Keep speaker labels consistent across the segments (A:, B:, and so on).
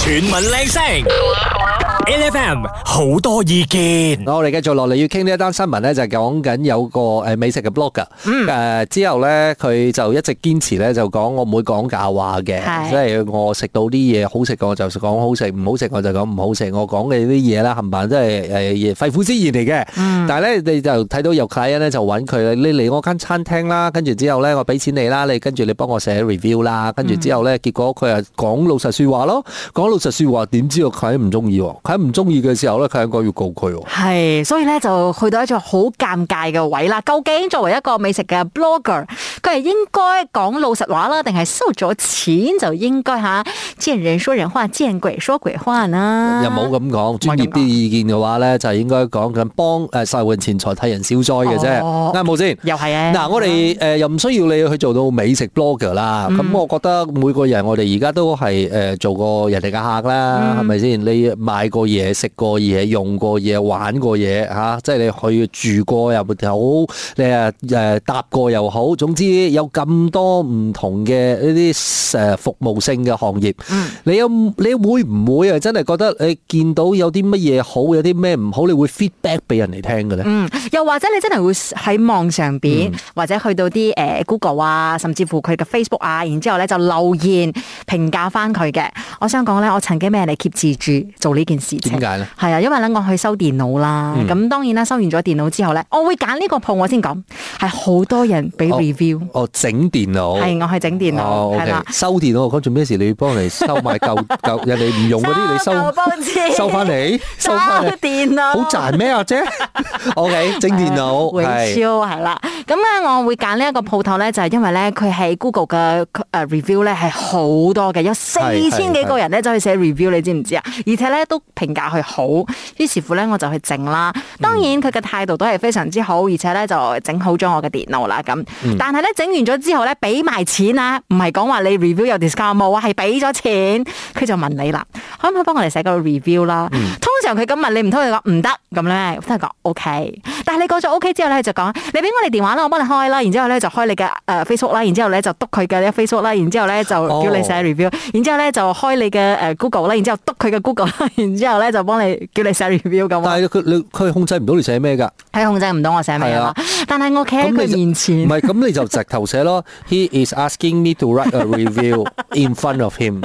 A: 全民靚聲，LFM 好多意見。
B: 我哋繼續落嚟要傾呢一單新聞咧，就係講緊有個誒美食嘅 blogger，誒、之後咧佢就一直堅持咧就講我唔會講假話嘅，
C: 係
B: 即係我食到啲嘢好食我就講好食，唔好食我就講唔好食，我講嘅啲嘢啦冚唪唥都係誒肺腑之言嚟嘅。
C: 嗯
B: 但係咧你就睇到有 client 咧就揾佢，你嚟我間餐廳啦，跟住之後咧我俾錢你啦，你跟住你幫我寫 review 啦，跟住之後咧結果佢係講老實説話咯，講老實説話點知個 client 唔中意喎，佢唔中意嘅時候咧佢應該要告佢喎。
C: 係，所以咧就去到一種好尷尬嘅位啦。究竟作為一個美食嘅 blogger，佢係應該講老實話啦，定係收咗錢就應該吓見人說人話，見鬼說鬼話呢？
B: 又啊冇咁講，專業啲意見嘅話咧，就係應該講緊幫誒受援錢財替人消災嘅啫，
C: 哦
B: 啱冇先？
C: 又係啊！
B: 嗱，我哋誒又唔需要你去做到美食 blogger 啦。咁我覺得每個人我哋而家都係誒做過人哋嘅客啦，係咪先？你買過嘢、食過嘢、用過嘢、玩過嘢嚇，即係你去住過又好，你誒誒搭過又好，總之有咁多唔同嘅呢啲誒服務性嘅行業。你有你會唔會啊？真係覺得你見到有啲乜嘢好，有啲咩唔好，你會 feedback 俾人哋聽嘅咧？
C: 嗯，又或者你真係會喺網上邊，
B: 嗯
C: 或者去到啲誒、呃 Google 啊，甚至乎佢嘅 Facebook 啊，然之後咧就留言評價翻佢嘅。我想講咧，我曾經俾人哋 keep 住做呢件事情。
B: 點解咧？
C: 係啊，因為咧我去修電腦啦，
B: 嗯
C: 咁、當然啦，修完咗電腦之後咧，我會揀呢個鋪我先講，係好多人俾
B: 哦
C: review，
B: 哦，整電腦。
C: 係、我去整電腦，
B: 哦
C: 係啦、
B: ，OK，收電腦，我講做咩事？你要幫人哋收買 舊舊人哋唔用嗰啲，你
C: 舊
B: 收
C: 報紙
B: 收 翻嚟，收翻嚟，
C: 電腦，
B: 好賺咩啊 姐？OK，整電腦
C: 回
B: 係
C: 燒係啦。咁咧，我會揀呢一個鋪頭咧，就係因為咧，佢喺 Google 嘅誒 review 咧係好多嘅，有四
B: 係
C: 千幾個人咧走去寫 review，你知唔知啊？而且咧都評價佢好，於是乎咧我就去整啦。當然佢嘅態度都係非常之好，而且咧就整好咗我嘅電腦啦咁。但係咧整完咗之後咧，俾埋錢啊，唔係講話你 review 有 discount 冇啊，係俾咗錢，佢就問你啦，可唔可以幫我哋寫個 review 啦？通常佢咁問你，唔通佢講唔得咁咧，都係講 OK。但係你講咗 OK 之後咧，佢就講你俾我哋電話啦，我幫你開啦，然之後咧就開你嘅誒 Facebook 啦，然之後咧就督佢嘅 Facebook 啦，然之後咧就
B: 哦
C: 叫你寫 review，然之後咧就開你嘅誒 Google 啦，然之後督佢嘅 Google 啦， 然之後咧就幫你叫你寫 review 咁啊。
B: 但係佢你佢控制唔到你寫咩㗎？
C: 佢控制唔到我寫咩
B: 係
C: 啦
B: 啊，
C: 但係我企喺
B: 咁你
C: 佢
B: 就
C: 面
B: 唔
C: 前，
B: 係咁你就直頭寫咯。He is asking me to write a review in front of him.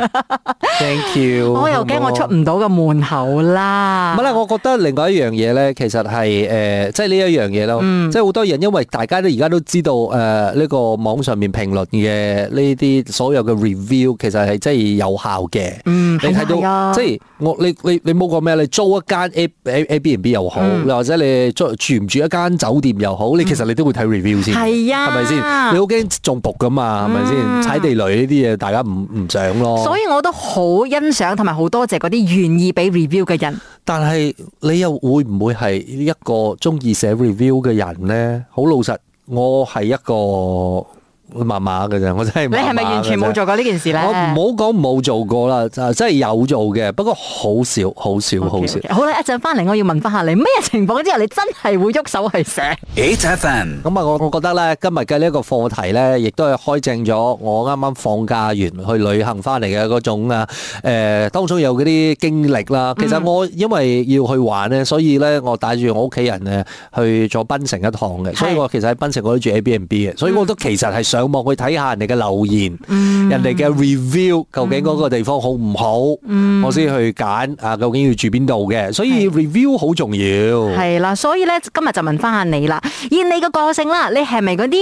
B: Thank you。
C: 我又驚我出唔到個門口啦。
B: 唔係啦，我覺得另外一樣嘢咧，其實係誒、呃即係呢一樣嘢咯，即係好多人因為大家都而家都知道誒呢、個網上面評論嘅呢啲所有嘅 review 其實係真係有效嘅。
C: 嗯
B: 你睇
C: 係啊
B: 到即係我你你你冇講咩？你租一間 A A A B n B 又好，又或者你租住唔住一間酒店又好，你其實你都會睇 review 先，
C: 係啊
B: 係咪先？你好驚中伏噶嘛，係咪先？踩地雷呢啲嘢大家唔唔想咯。
C: 所以我都好欣賞同埋好多謝嗰啲願意俾 review 嘅人。
B: 但係你又會唔會係一個中意寫 review 嘅人呢？好老實，我係一個麻麻嘅啫，我真係
C: 你係咪完全冇做過呢件事咧？
B: 我唔好講冇做過啦，就真係有做嘅，不過好少、好少、好少。
C: 好啦，一陣翻嚟我要問翻下你，咩情況之下你真係會喐手去寫？
A: HFM
B: 咁啊，我我覺得咧，今日嘅呢一個課題咧，亦都係開正咗我啱啱放假完去旅行翻嚟嘅嗰種啊，誒、當中有嗰啲經歷啦。其實我因為要去玩咧，所以咧我帶住我屋企人咧去咗檳城一趟嘅，所以我其實喺檳城我都住 Airbnb 嘅，所以我都其實係上網去睇下人哋嘅留言，人哋嘅 review 究竟嗰個地方好唔好，我先去揀啊，究竟要住邊度嘅。所以 review 好重要。
C: 係啦，所以咧今日就問翻下你啦，以你嘅個性啦，你係咪嗰啲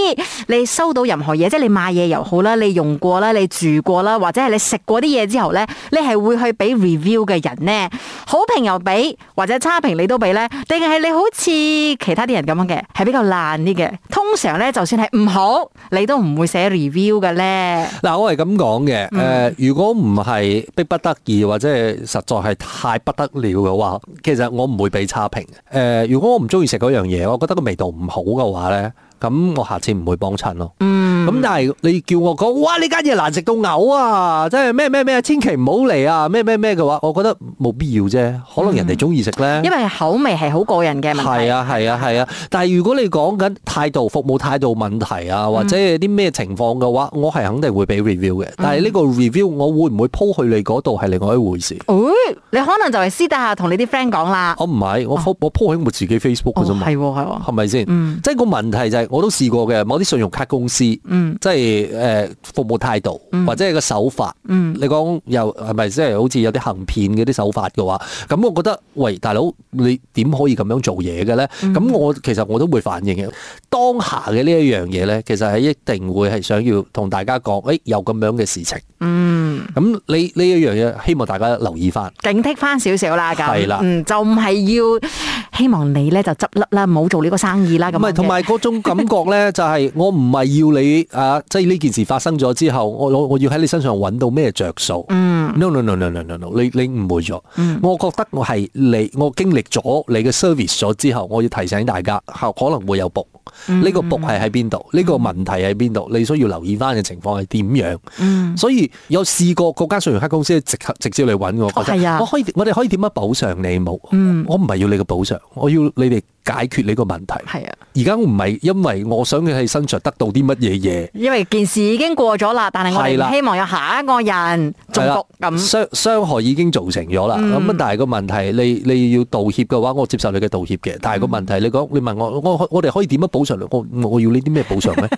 C: 你收到任何嘢，即係你買嘢又好啦，你用過啦，你住過啦，或者係你食過啲嘢之後咧，你係會去俾 review 嘅人呢？好評又俾，或者差評你都俾咧，定係你好似其他啲人咁樣嘅，係比較爛啲嘅？通常咧，就算係唔好，你都唔會寫 review 嘅咧。
B: 嗱，我係咁講嘅，誒、如果唔係逼不得已或者係實在係太不得了嘅話，其實我唔會俾差評嘅。誒、如果我唔中意食嗰樣嘢，我覺得個味道唔好嘅話咧，咁我下次唔會幫襯咯。嗯，咁但係你叫我講，哇呢間嘢難食到嘔啊！真係咩咩咩，千祈唔好嚟啊！咩咩咩嘅話，我覺得冇必要啫。可能人哋中意食咧。
C: 因為口味係好個人嘅問題。
B: 係啊係啊係啊！但係如果你講緊態度、服務態度問題
C: 嗯
B: 啊，或者有啲咩情況嘅話，我係肯定會俾 review
C: 嗯
B: 嘅。但係呢個 review 我會唔會鋪去你嗰度係另外一回事。
C: 哦你可能就係私底下同你啲 friend 講啦。
B: 我唔係，我 po 我 po 喺我自己 Facebook
C: 哦，
B: 嘅啫嘛。
C: 係喎係喎。
B: 係咪先？
C: 嗯
B: 即係個問題就係、我都試過嘅，某啲信用卡公司，
C: 嗯
B: 即係誒、呃服務態度、或者係個手法。
C: 嗯，
B: 你講又係咪即係好似有啲行騙嗰啲手法嘅話，咁我覺得喂大佬，你點可以咁樣做嘢嘅咧？
C: 嗯
B: 咁、我其實我都會反應嘅。當下嘅呢一樣嘢咧，其實係一定會係想要同大家講，誒、哎有咁樣嘅事情。
C: 嗯，
B: 咁你呢一樣嘢，希望大家留意翻。
C: 警惕翻少少啦，咁。
B: 係啦
C: 嗯，就唔係要希望你咧就執笠啦，唔好做呢個生意啦，咁樣
B: 唔
C: 嘅。
B: 係，同埋嗰種感覺咧，就係我唔係要你啊，即係呢件事發生咗之後，我我我要喺你身上揾到咩着數
C: 嗯。
B: ？No no no no no no no，你你誤會咗。
C: 嗯
B: 我覺得我係你，我經歷咗你嘅 service 咗之後，我要提醒大家，後可能會有 book。呢
C: 嗯
B: 個 book 係喺邊度？呢個問題喺邊度？你需要留意翻嘅情況係點樣？
C: 嗯
B: 所以有試過嗰間信用卡公司直直接嚟揾我，
C: 哦
B: 覺得
C: 係啊
B: 我可以我哋可以點樣補償你冇？
C: 嗯
B: 我唔係要你嘅補償，我要你哋解決你個問題。
C: 係啊，
B: 而家我唔係因為我想佢喺身上得到啲乜嘢嘢。
C: 因為件事已經過咗啦，但係我
B: 係
C: 哋
B: 啦
C: 希望有下一個人中
B: 係啦
C: 毒咁。
B: 傷傷害已經造成咗啦。咁、但係個問題，你你要道歉嘅話，我接受你嘅道歉嘅。但係個問題，你講你問我，我我哋可以點樣補償？我我要呢啲咩補償 咧？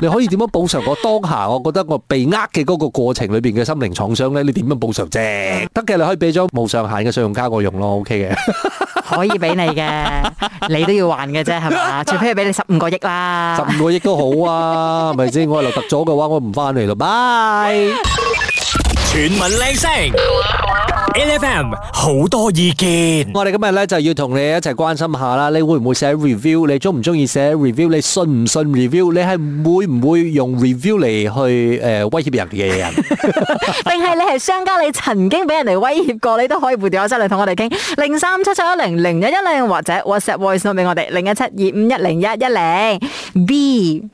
B: 你可以點樣補償我當下？我覺得我被呃嘅嗰個過程裏邊嘅心靈創傷咧，你點樣補償啫？得嘅，你可以俾張無上限嘅信用卡我用咯，OK 嘅。
C: 可以俾你 嘅，你都要還嘅啫，係嘛？除非佢俾你十五個億 啦。
B: 十五個億都好啊，係咪先？我係留特咗嘅話，我唔翻 嚟咯，拜。
A: 全民靚聲，L F M 好多意見，
B: 我哋今日咧就要同你一齊關心下啦，你會唔會寫 review？你中唔中意寫 review？你信唔信 review？你係會唔會用 review 嚟去诶、呃威脅人嘅人？
C: 定係你係商家，你曾經俾人哋威脅過，你都可以撥電話出嚟同我哋傾零三七七一零零一一零，或者 WhatsApp voice note 俾我哋零一七二五一零一一零。B，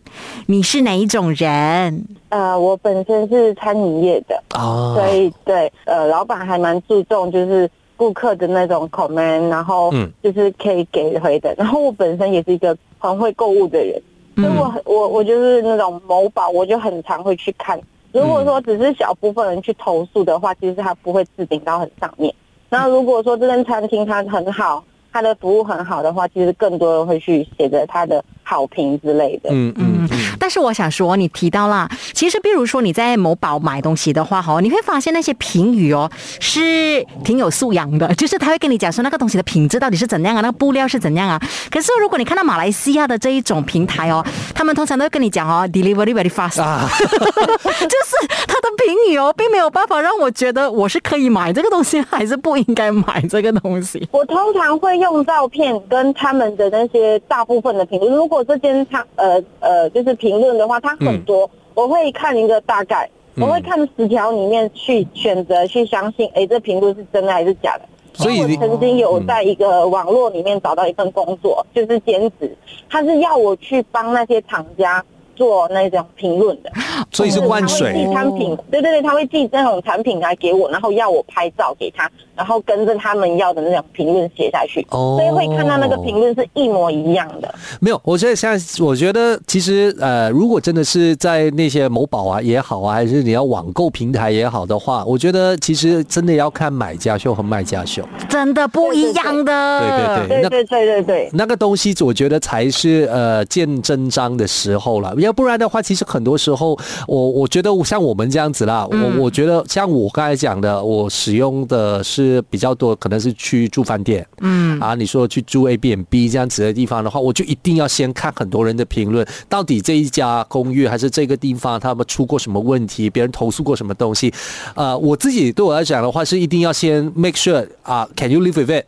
C: 你是哪一種人？
D: 呃，我本身是餐饮业的，
B: 啊
D: 所以对，呃，老板还蛮注重就是顾客的那种 comment，然后
B: 嗯
D: 就是可以给回的。 然后我本身也是一个很会购物的人，
B: 嗯
D: 所以我很我我就是那种某宝，我就很常会去看。如果说只是小部分人去投诉的话，其实他不会置顶到很上面。那如果说这间餐厅它很好，它的服务很好的话，其实更多人会去写着它的好评之类的。
B: 嗯嗯嗯，
C: 但是我想说，你提到啦，其实比如说你在某宝买东西的话，哈，你会发现那些评语哦是挺有素养的， 就是他会跟你讲说那个东西的品质到底是怎样啊，那个布料是怎样啊。可是如果你看到马来西亚的这一种平台哦，他们通常都会跟你讲哦，delivery very fast，、
B: 啊，
C: 就是他的评语哦，并没有办法让我觉得我是可以买这个东西，还是不应该买这个东西。
D: 我通常会用照片跟他们的那些大部分的评论。如果这间他呃呃就是评论的话，它
B: 嗯
D: 很多，我会看一个大概，我会看十条里面去选择去相信，诶，这评论是真的还是假的。
B: 所以
D: 因为
B: 你
D: 我曾经有在一个网络里面找到一份工
B: 嗯
D: 作，就是兼职，他是要我去帮那些厂家做那种评论的。
B: 所以是灌
D: 哦他会
B: 水
D: 寄产品，对对对，他会寄那种产品来给我，然后要我拍照给他，然后跟着他们要的那种评论写下去。
B: 哦
D: 所以会看到那个评论是一模一样的。
B: 没有，我觉得现在，我觉得其实呃，如果真的是在那些某宝啊也好啊，还是你要网购平台也好的话，我觉得其实真的要看买家秀和卖家秀。
C: 真的不一样的。
B: 对对对
D: 对对对对对。
B: 那个东西，我觉得才是呃见真章的时候了。要不然的话，其实很多时候，我我觉得像我们这样子啦，我我觉得像我刚才讲的，我使用的是比较多，可能是去住饭店，嗯啊，你说去住 A B N B 这样子的地方的话，我就一定要先看很多人的评论，到底这一家公寓还是这个地方他们出过什么问题，别人投诉过什么东西，呃，我自己对我来讲的话是一定要先 make sure 啊，can you live with it？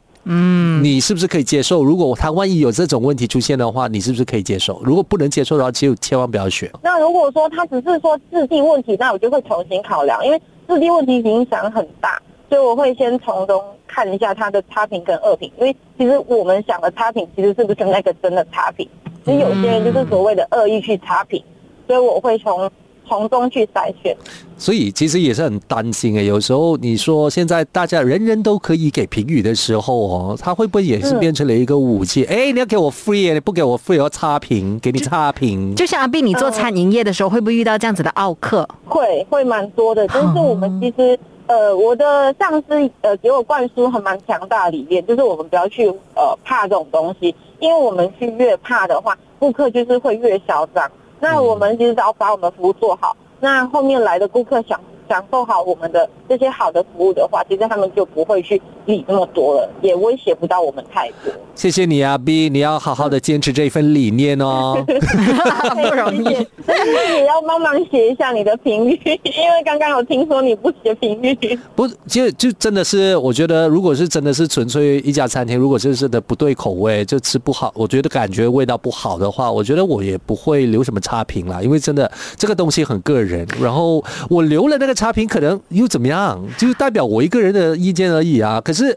B: 你是不是可以接受？如果他万一有这种问题出现的话，你是不是可以接受？如果不能接受的话，就千万不要学。
D: 那如果说他只是说质地问题，那我就会重新考量，因为质地问题影响很大，所以我会先从中看一下他的差评跟恶评，因为其实我们
B: 嗯
D: 想的差评其实是不是那个真的差评，其实有些人就是所谓的恶意去差评。所以我会从从中去筛选。
B: 所以其实也是很担心的。有时候你说现在大家人人都可以给评语的时候哦，它会不会也是
D: 嗯
B: 变成了一个武器？哎、你要给我 free，你不给我 free，我要差评，给你差评。
C: 就像阿斌，你做餐饮业的时候，会不会遇到这样子的奥客？
D: 会会蛮多的，但
C: 哦
D: 是我们其实呃，我的上司呃给我灌输很蛮强大的理念，就是我们不要去呃怕这种东西，因为我们去越怕的话，顾客就是会越嚣张。那我
C: 嗯
D: 们其实只要把我们服务做好，那后面来的顾客享享受好我们的这些好的服务的话，其实他们就不会去理那么多了，也威胁不到我们太 多。
B: 谢谢你啊，B，你要好好的坚持这份理念哦。
C: 不容易。
D: 但是也要帮忙写一下你的评语，因为刚刚有听说你不写评语。
B: 不，其实就真的是，我觉得如果是真的是纯粹一家餐厅，如果真是的不对口味，就吃不好，我觉得感觉味道不好的话，我觉得我也不会留什么差评啦，因为真的这个东西很个人。然后我留了那个差评，可能又怎么样？就代表我一个人的意见而已啊。可是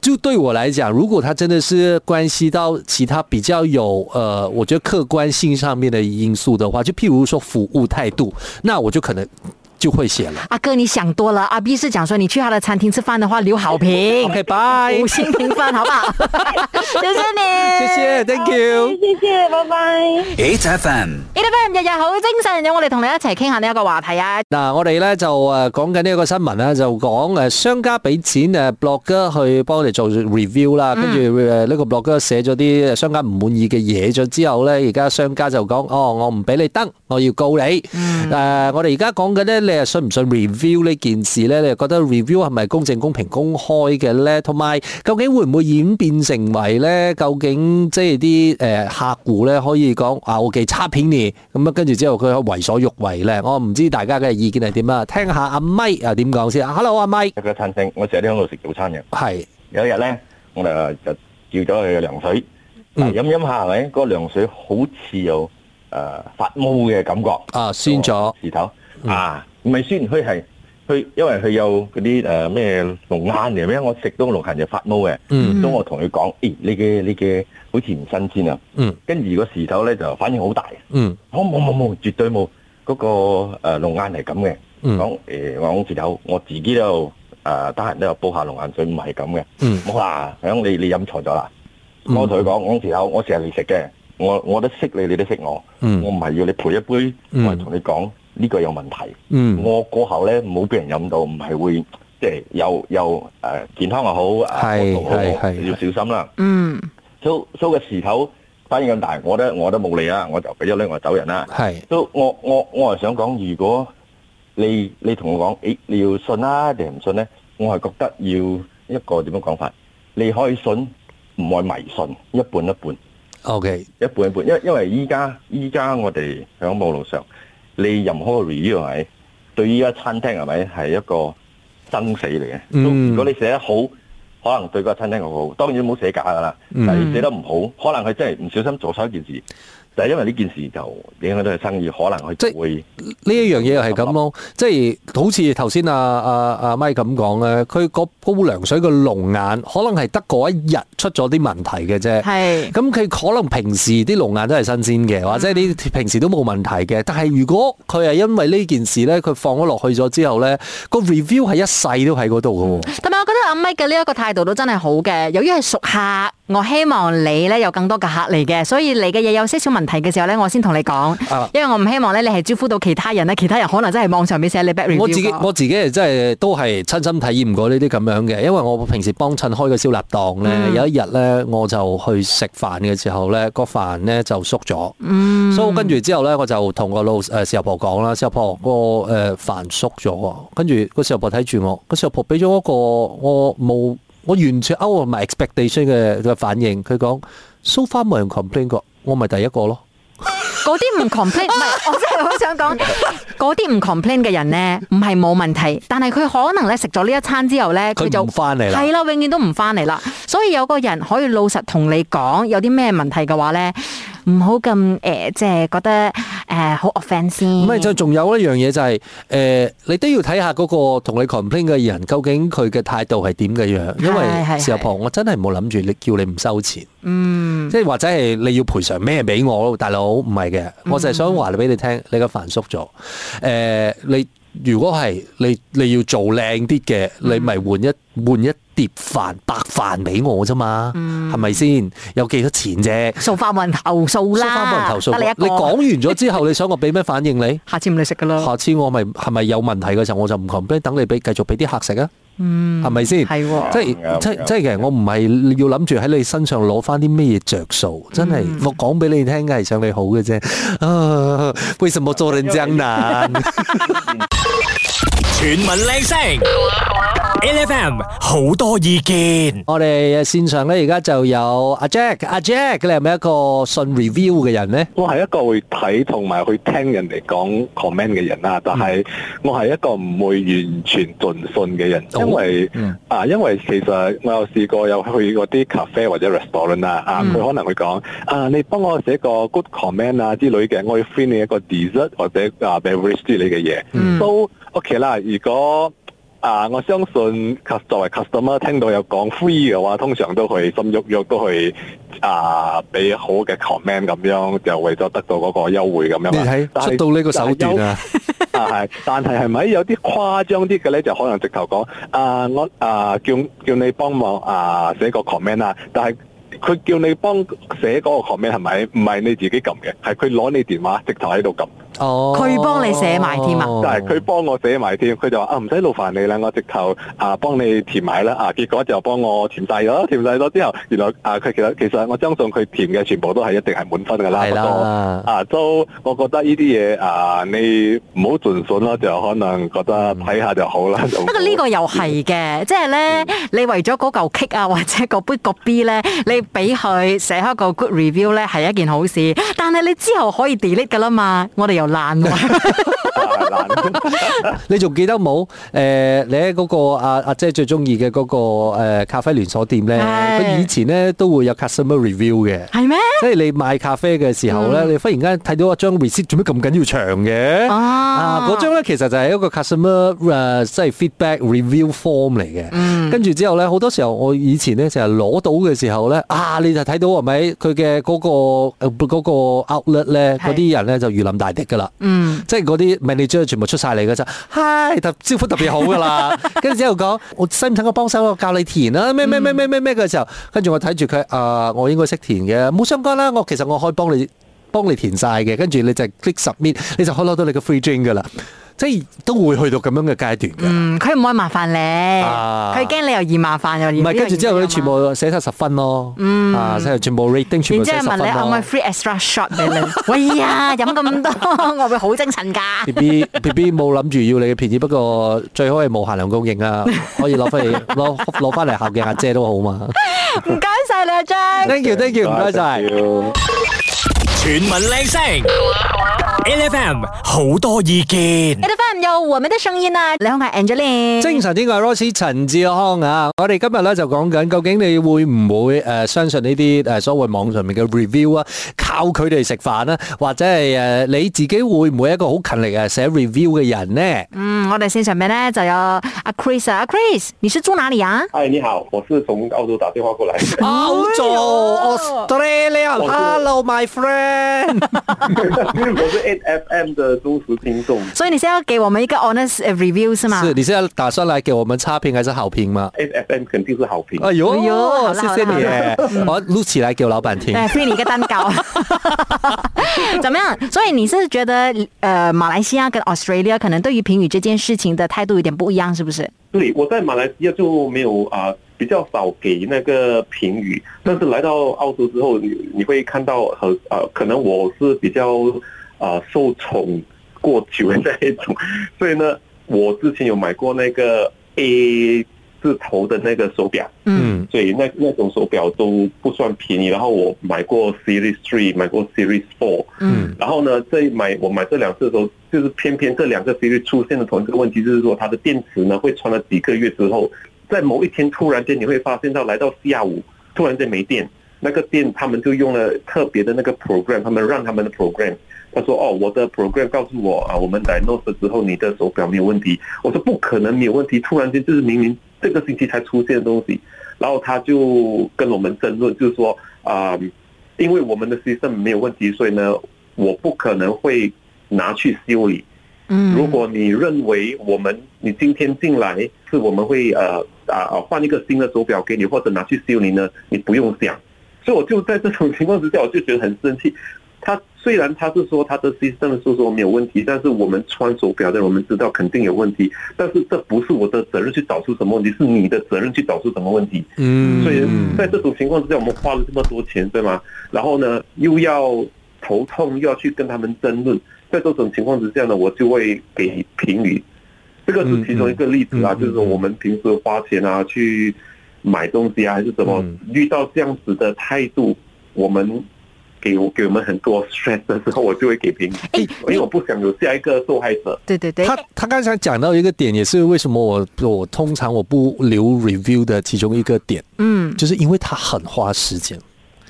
B: 就对我来讲，如果它真的是关系到其他比较有呃，我觉得客观性上面的因素的话，就譬如说服务态度，那我就可能就会写了。
C: 阿哥，你想多了。阿 B 是讲说，你去他的餐厅吃饭的话，留好 评，
B: OK，拜。
C: 五星评分，好不 好？谢谢你，
B: 谢谢，Thank you。
D: 谢谢，拜拜。
A: 8FM
C: E F M 日日好精神，有我哋同你一齊傾下呢一個話題啊！
B: 嗱，我哋咧就誒講緊呢一個新聞啦，就講誒商家俾錢誒 à, blogger 去幫我哋做 review 啦，跟住誒呢個 à, blogger 寫咗啲商家唔滿意嘅嘢咗之後咧，而家商家就講：哦，我唔俾你登，我要告你。誒、我哋而家講緊咧，你係信唔信 à, review 呢件事咧？你係覺得 review 係咪公正、公平、公開嘅咧？同埋究竟會唔會演變成為咧？究竟即係啲誒客户咧可以講啊，我寄差片你咁啊，跟住之後佢可以為所欲為咧。我唔知大家嘅意見係點啊？聽下阿咪啊點講先。Hello，阿咪，
E: 一個餐廳，我成日都喺度食早餐嘅。
B: 係
E: 有一日咧，我哋就叫咗佢嘅涼水，
B: 嗯
E: 嗱飲飲下係咪？嗰、個涼水好似有誒、呃發毛嘅感覺，
B: 啊，酸咗，嗯
E: 舌頭啊，唔係酸，佢係佢因為佢有嗰啲誒咩龍眼嚟咩，我食到龍眼就發毛嘅。
B: 嗯
E: 咁我同佢講：，咦、你嘅你嘅好似唔新鮮啊！
B: 嗯
E: 跟住個舌頭咧就反應好大。
B: 嗯
E: 我冇冇冇，絕對冇。嗰、個誒龍眼係咁嘅，
B: 嗯
E: 講誒我講字頭，我自己都誒得閒都有煲下龍眼水，唔係咁嘅。
B: 嗯
E: 冇啦，響你你飲錯咗啦。
B: 嗯
E: 我同佢講，我字頭我成日嚟食嘅，我我都識你，你都識我，我
B: 嗯
E: 唔係要你賠一杯，
B: 嗯
E: 我係同你講呢個有問題。
B: 嗯，
E: 我過後咧唔好俾人飲到，唔係會即係又又誒健康又好，誒
B: 係
E: 過度好
B: 係係
E: 要小心啦。
C: 嗯，
E: 蘇蘇嘅時頭反應咁大，我都我都冇理啦，我就俾咗咧，我就走人啦。
B: 係
E: 都我我我啊係想講，如果你你同我講，誒你要信啦定唔信咧？我係覺得要一個點樣講法，你可以信，唔可以迷信，一半一半，
B: OK，
E: 一半一半。因為因為依家依家我哋喺網路上，你任何嘅 review 係咪對依家餐廳係咪係一個生死嚟嘅？
B: 嗯
E: 如果你寫得好，可能對個餐廳好，當然冇寫假噶啦。
B: 嗯
E: 但係你寫得唔好，可能佢真係唔小心做錯一件事，就係因為呢件事就影響到佢生意，可能佢
B: 即係
E: 就會。
B: 呢一樣嘢又係咁咯，即係好似頭先阿阿阿 Mike 咁講咧，佢嗰煲涼水嘅龍眼可能係得嗰一日出咗啲問題嘅啫。
C: 係
B: 咁佢可能平時啲龍眼都係新鮮嘅，或者你平時都冇問題嘅。但係如果佢係因為呢件事咧，佢放咗落去咗之後咧，個 review 係一世都喺嗰度嘅喎。
C: 同埋我覺得阿 Mike 嘅呢一個態度都真係好嘅。由於係熟客，我希望你咧有更多嘅客嚟嘅，所以你嘅嘢有些少問題嘅時候咧，我先同你講
B: 啊，
C: 因為我唔希望咧你係招呼到其他人咧，其他人可能真係網上面寫你 bad review
B: 我自己
C: 㗎
B: 我自己係真係都係親身體驗過呢啲咁樣嘅，因為我平時幫襯開個燒臘檔咧，
C: 嗯
B: 有一日咧我就去食飯嘅時候咧，個飯咧就縮咗，嗯、所以跟住之後咧我就同個老誒侍候婆講啦，侍候婆個誒飯縮咗啊，跟住個侍候婆睇住我，個侍候婆俾咗一個我冇我完全 out of my expectation 嘅嘅反應，佢講 so far 冇人 complain 過，我咪第一個咯。
C: 嗰 啲唔 complain，唔係，我真係好想講，嗰啲唔 complain 嘅人咧，唔係冇問題，但係佢可能咧食咗呢一餐之後咧，
B: 佢
C: 佢就
B: 唔返嚟啦
C: 係啦，永遠都唔翻嚟啦。所以有個人可以呃老實同你講有啲咩問題嘅話咧，唔好咁誒，即係覺得誒好 offend 先？
B: 唔係就仲有一樣嘢就係、誒、呃你都要睇下嗰個同你 complain 嘅人究竟佢嘅態度係點嘅樣，因
C: 係係
B: 為
C: 係
B: 事後婆我真係冇諗住你叫你唔收錢，
C: 嗯，
B: 即係或者係你要賠償咩俾我大佬唔係嘅，
C: 嗯
B: 我就係想話你俾你聽，你嘅煩縮咗，誒、呃你。如果係你你要做靚啲嘅，
C: 嗯
B: 你咪換一換一碟飯白飯俾我啫嘛，
C: 嗯
B: 係咪先？有幾多錢啫？
C: 訴法冇人投訴
B: 收
C: 啦，
B: 翻冇人投訴
C: 得你一
B: 過。
C: 個
B: 你講完咗之後，你想我俾咩反應你？
C: 下次唔理食噶啦，
B: 下次我咪係咪有問題嘅時候，我就唔 complain，等你俾繼續俾啲客食啊，
C: 嗯，
B: 係咪先？
C: 係喎，
B: 即係
E: 啱
B: 即
E: 啱
B: 即係其實我唔係要諗住喺你身上攞翻啲咩嘢着數，真係我講俾你聽係想你好嘅啫。 啊，為什麼做人這樣難？
A: 全民靚聲，LFM 好多意見。
B: 我哋線上咧而家就有阿 Jack，阿 Jack 你係咪一個信 review 嘅人咧？
F: 我係一個會睇同埋去聽人哋講 comment 嘅人啦，但係
B: 嗯
F: 我係一個唔會完全盡信嘅人，
B: 哦
F: 因為、
B: 嗯
F: 啊，因為其實我有試過有去嗰啲 cafe 或者 restaurant 啊，啊，
B: 嗯
F: 佢可能會講啊，你幫我寫個 good comment 啊之類嘅，我要 free 你一個 dessert 或者啊 beverage 之類嘅嘢，
C: 嗯
F: 都 OK 啦。如果啊，我相信 cus- 作為 customer 聽到有講 free 嘅話，通常都去心喐喐，都去啊俾好嘅 comment 咁樣，就為咗得到嗰個優惠咁樣
B: 你
F: 啦。
B: 睇
F: 但係
B: 出到呢個手段！啊！
F: 但係優啊係，但係係咪有啲誇張啲嘅咧？就可能直頭講啊，我啊叫叫你幫忙啊寫個 comment 啊，但係。佢叫你幫寫嗰個 comment 係咪？唔係你自己撳嘅，係佢攞你電話直頭喺度撳。
B: 哦，
C: 佢幫你寫埋添啊
F: 但係佢幫我寫埋添，佢就話啊唔使勞煩你啦，我直頭啊幫你填埋啦啊，結果就幫我填晒咗，填晒咗之後，原來啊佢其實其實我相信佢填嘅全部都係一定係滿分㗎啦，
B: 係
F: 不過
B: 啦。
F: 啊都我覺得呢啲嘢啊你唔好盡信啦，就可能覺得睇下就好 啦。不
C: 不過呢個又係嘅，即係咧，你為咗嗰嚿 cake 啊， 或者嗰杯個 B 咧，你俾佢寫開個 good review 咧，係一件好事。但係你之後可以 delete 噶啦嘛，我哋又爛 喎。
B: 你仲記得冇？誒、你喺嗰、個啊阿阿姐最中意嘅嗰個、呃、咖啡連鎖店咧，
C: 係
B: 佢以前咧都會有 customer review 嘅。
C: 係咩？
B: 即係你買咖啡嘅時候咧，你忽然間睇到一張 receipt，做咩咁緊要長嘅？
C: 啊
B: 啊，嗰張咧其實就係一個 customer 誒、即係 feedback review form 嚟嘅。
C: 嗯
B: 跟住之後咧，好多時候我以前咧就係攞到嘅時候咧，啊，你就睇到係咪佢嘅嗰個呃嗰、個 outlet 咧，
C: 係
B: 嗰啲人咧就如臨大敵㗎啦。
C: 嗯，
B: 即係嗰啲 manager 全部出晒嚟嘅咋，嗨，特招呼特別好噶啦， 跟住之後講，我使唔使我幫手我教你填啊？咩咩咩咩咩咩嘅時候，跟住我睇住佢，啊、我應該識填嘅，冇相干啦，我其實我可以幫你幫你填晒嘅，跟住你就 click submit，你就可以攞到你嘅 free drink 噶啦，即係都會去到咁樣嘅階段嘅。
C: 嗯，佢唔可以麻煩你，
B: 啊
C: 佢驚你又嫌麻煩又嫌。
B: 唔係，跟住之後佢全。部寫晒十分咯，啊，即係全部 rating 全
C: 然
B: 部
C: 之
B: 寫
C: 後
B: 十
C: 問
B: 分
C: 你 可唔可
B: 咯
C: 以。free extra shot 俾 你？喂呀，飲咁多，我會好精神㗎。
B: B B B B 冇諗住要你嘅便宜，不過最好係無限量供應 啊，可以攞翻嚟攞攞翻嚟孝敬阿姐都好嘛。
C: 唔該晒你啊張。
B: Thank you，thank you，唔 該晒。
A: 全民靚聲，LFM 好多意見。
C: A. F. M. 有我們的聲音啊！你好，我係 Angeline。
B: 精神天外 Royce 陳志康啊，我哋今日咧就講緊究竟你會唔會誒相信呢啲誒所謂網上面嘅 review 啊，靠佢哋食飯啦，或者係誒你自己會唔會一個好勤力誒寫 review 嘅人呢？
C: 嗯，我哋線上面咧就有阿 Chris 啊，阿 Chris，你是住哪裡啊？
E: 嗨，你好，我是从澳洲打电话过来的。
B: 澳
C: 哎
B: 洲 Australia，Hello my friend。
E: 我是 N F M 的忠实听众。
C: 所以你先要给我们一個 honest review 是嗎？
B: 是，你是要打算来给我们差评还是好评吗？
E: N F M 肯定是好评。
B: 哎呦，
C: 哎呦好啦
B: 谢谢你
C: 好啦， 哎
B: 我录起来给我老板听。
C: 对，free 你一個蛋糕，怎麼樣？所以你是覺得，呃，馬來西亞跟 Australia 可能對於評語這件事情的態度有點不一樣，是不是？
E: 对，我在马来西亚就没有啊、比较少给那个评语，但是来到澳洲之后，你你会看到和啊、可能我是比较啊、受宠过久的那一种，所以呢，我之前有买过那个 A 字头的那个手表，
B: 嗯，
E: 所以那那种手表都不算便宜。然后我买过 Series Three，买过 Series Four，
C: 嗯
E: 然后呢，这一买我买这两次的时候，就是偏偏这两个 Series 出现了同一个问题，就是说它的电池呢会穿了几个月之后，在某一天突然间你会发现到来到下午突然间没电，那个电他们就用了特别的那个 program，他们让他们的 program 他说哦，我的 program 告诉我啊，我们 diagnose 了之后你的手表没有问题。我说不可能没有问题，突然间就是明明这个星期才出现的东西，然后他就跟我们争论，就是说啊、因为我们的 system 没有问题，所以呢，我不可能会拿去修理。
C: 嗯，
E: 如果你认为我们你今天进来是我们会呃啊啊换一个新的手表给你，或者拿去修理呢，你不用想。所以我就在这种情况之下，我就觉得很生气。他虽然他是说他的 system 是说没有问题，但是我们穿手表的人我们知道肯定有问题，但是这不是我的责任去找出什么问题，是你的责任去找出什么问题。
B: 嗯
E: 所以在这种情况之下，我们花了这么多钱，对吗？然后呢，又要头痛，又要去跟他们争论，在这种情况之下呢，我就会给评语。这个是其中一个例子啊，
B: 嗯嗯
E: 就是说我们平时花钱啊去买东西啊，还是什么
B: 嗯，
E: 遇到这样子的态度，我们给我给我们很多 stress 的时候，我就会给评语，
C: 哎
E: 因为我不想有下一个受害者。
C: 对对对，
B: 他他刚才讲到一个点，也是为什么我我通常我不留 review 的其中一个点，
C: 嗯
B: 就是因为他很花时间。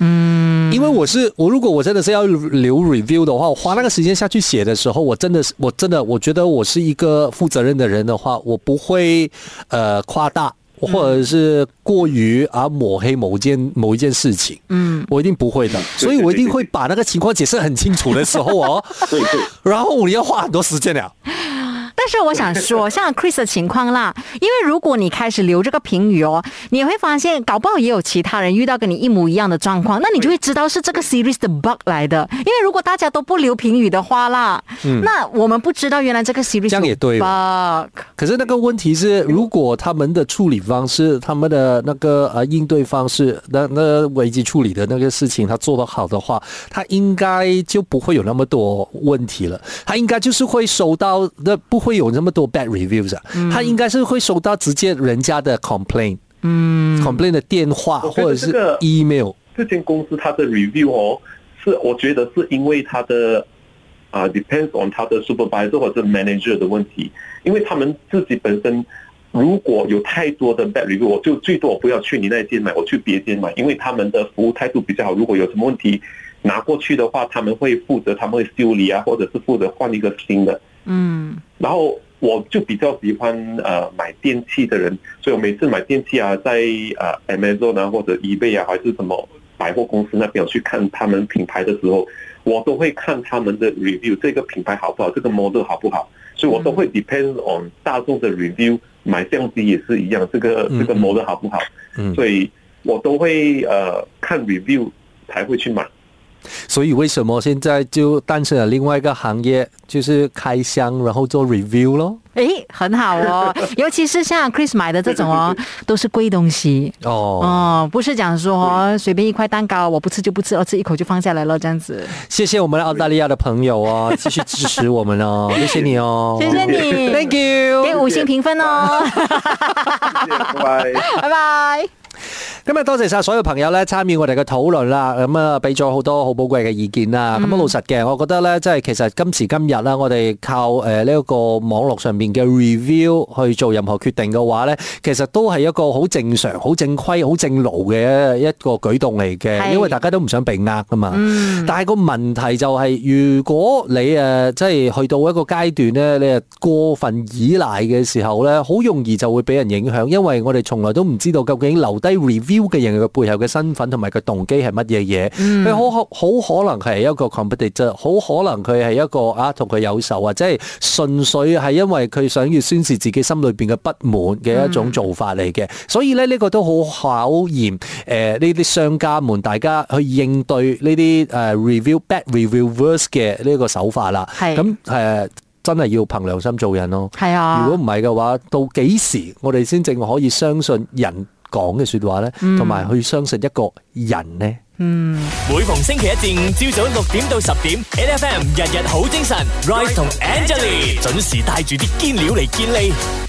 C: 嗯，
B: 因为我是我，如果我真的是要留 review 的话，我花那个时间下去写的时候，我真的是我真的我觉得我是一个负责任的人的话，我不会呃夸大或者是过于啊抹黑某件某一件事情，
C: 嗯
B: 我一定不会的，所以我一定会把那个情况解释很清楚的时候哦，
E: 对对。
B: 然后你要花很多时间了。
C: 但是我想说，像 Chris 的情况啦，因为如果你开始留这个评语哦，你会发现，搞不好也有其他人遇到跟你一模一样的状
B: 嗯
C: 况，那你就会知道是这个 series 的 bug 来的。因为如果大家都不留评语的话啦，那我们不知道原来这个
B: 嗯
C: series
B: 这样也对哦
C: 有 bug。
B: 可是那个问题是，如果他们的处理方式、他们的那个呃应对方式、那那危机处理的那个事情，他做得好的话，他应该就不会有那么多问题了。他应该就是会收到，那不会有那么多 bad reviews 啊。
E: 嗯
B: 他应该是会收到直接人家的 complaint，嗯，complaint 的电话
E: 我觉
B: 或者
E: 得这
B: 是
E: 个
B: email。
E: 这间公司它的 review 哦，是我觉得是因为它的啊、depends on 它的 supervisor 或者 manager 的问题，因为他们自己本身如果有太多的 bad review，我就最多我不要去你那间买，我去别间买，因为他们的服务态度比较好，如果有什么问题拿过去的话，他们会负责，他们会修理啊，或者是负责换一个新的。
C: 嗯
E: 然后我就比较喜欢呃买电器的人，所以我每次买电器啊，在呃 Amazon 啊或者 eBay 啊还是什么百货公司那边我去看他们品牌的时候，我都会看他们的 review，这个品牌好不好，这个 model 好不好，所以
B: 嗯
E: 我都会 depend on 大众的 review。买相机也是一样，这个
B: 嗯
E: 这个 model 好不好？
B: 嗯
E: 所以我都会呃看 review 才会去买。
B: 所以为什么现在就诞生了另外一个行业，就是开箱然后做 review 咯？
C: 诶，很好哦，尤其是像 Chris 买的这种哦，都是贵东西
B: 哦，
C: 哦，不是讲说哦随便一块蛋糕我不吃就不吃，哦我吃一口就放下来了这样子。
B: 谢谢我们澳大利亚的朋友 哦，继续支持我们哦，谢谢你哦，
C: 谢谢你
B: ，Thank you。
C: 给五星评分哦，
E: 拜拜。
C: 拜拜。
B: 今日多謝晒所有朋友咧參與我哋嘅討論啦，咁啊俾咗好多好寶貴嘅意見啦。
C: 嗯
B: 咁、啊老實嘅，我覺得咧，即係其實今時今日啦，啊我哋靠誒呢一個網絡上面嘅 review 去做任何決定嘅話咧，其實都係一個好正常、好正規、好正路嘅一個舉動嚟
C: 係
B: 嘅，因為大家都唔想被呃噶嘛。但係個問題就係、如果你誒、呃即係去到一個階段咧，你誒過分依賴嘅時候咧，好容易就會俾人影響，因為我哋從來都唔知道究竟留低 review 嘅人嘅背後嘅身份同埋佢動機係乜嘢嘢。佢好可好可能係一個 competitor，好可能佢係一個啊同佢有仇，或者係純粹係因為佢想要宣示自己心裏邊嘅不滿嘅一種做法嚟嘅。所以咧，呢、個都好考驗誒呢啲商家們大家去應對呢啲誒 review bad review worse 嘅呢個手法啦。
C: 係
B: 咁誒、呃真係要憑良心做人咯。
C: 系啊，
B: 如果唔係嘅話，到幾時我哋先正可以相信人講嘅説話呢？
C: 嗯
B: 同埋、去相信一個人呢？
A: 每逢星期一至五朝早六點到十點，N F M 日日好精神，Rise 同 Angelie 準時帶住啲堅料嚟健利。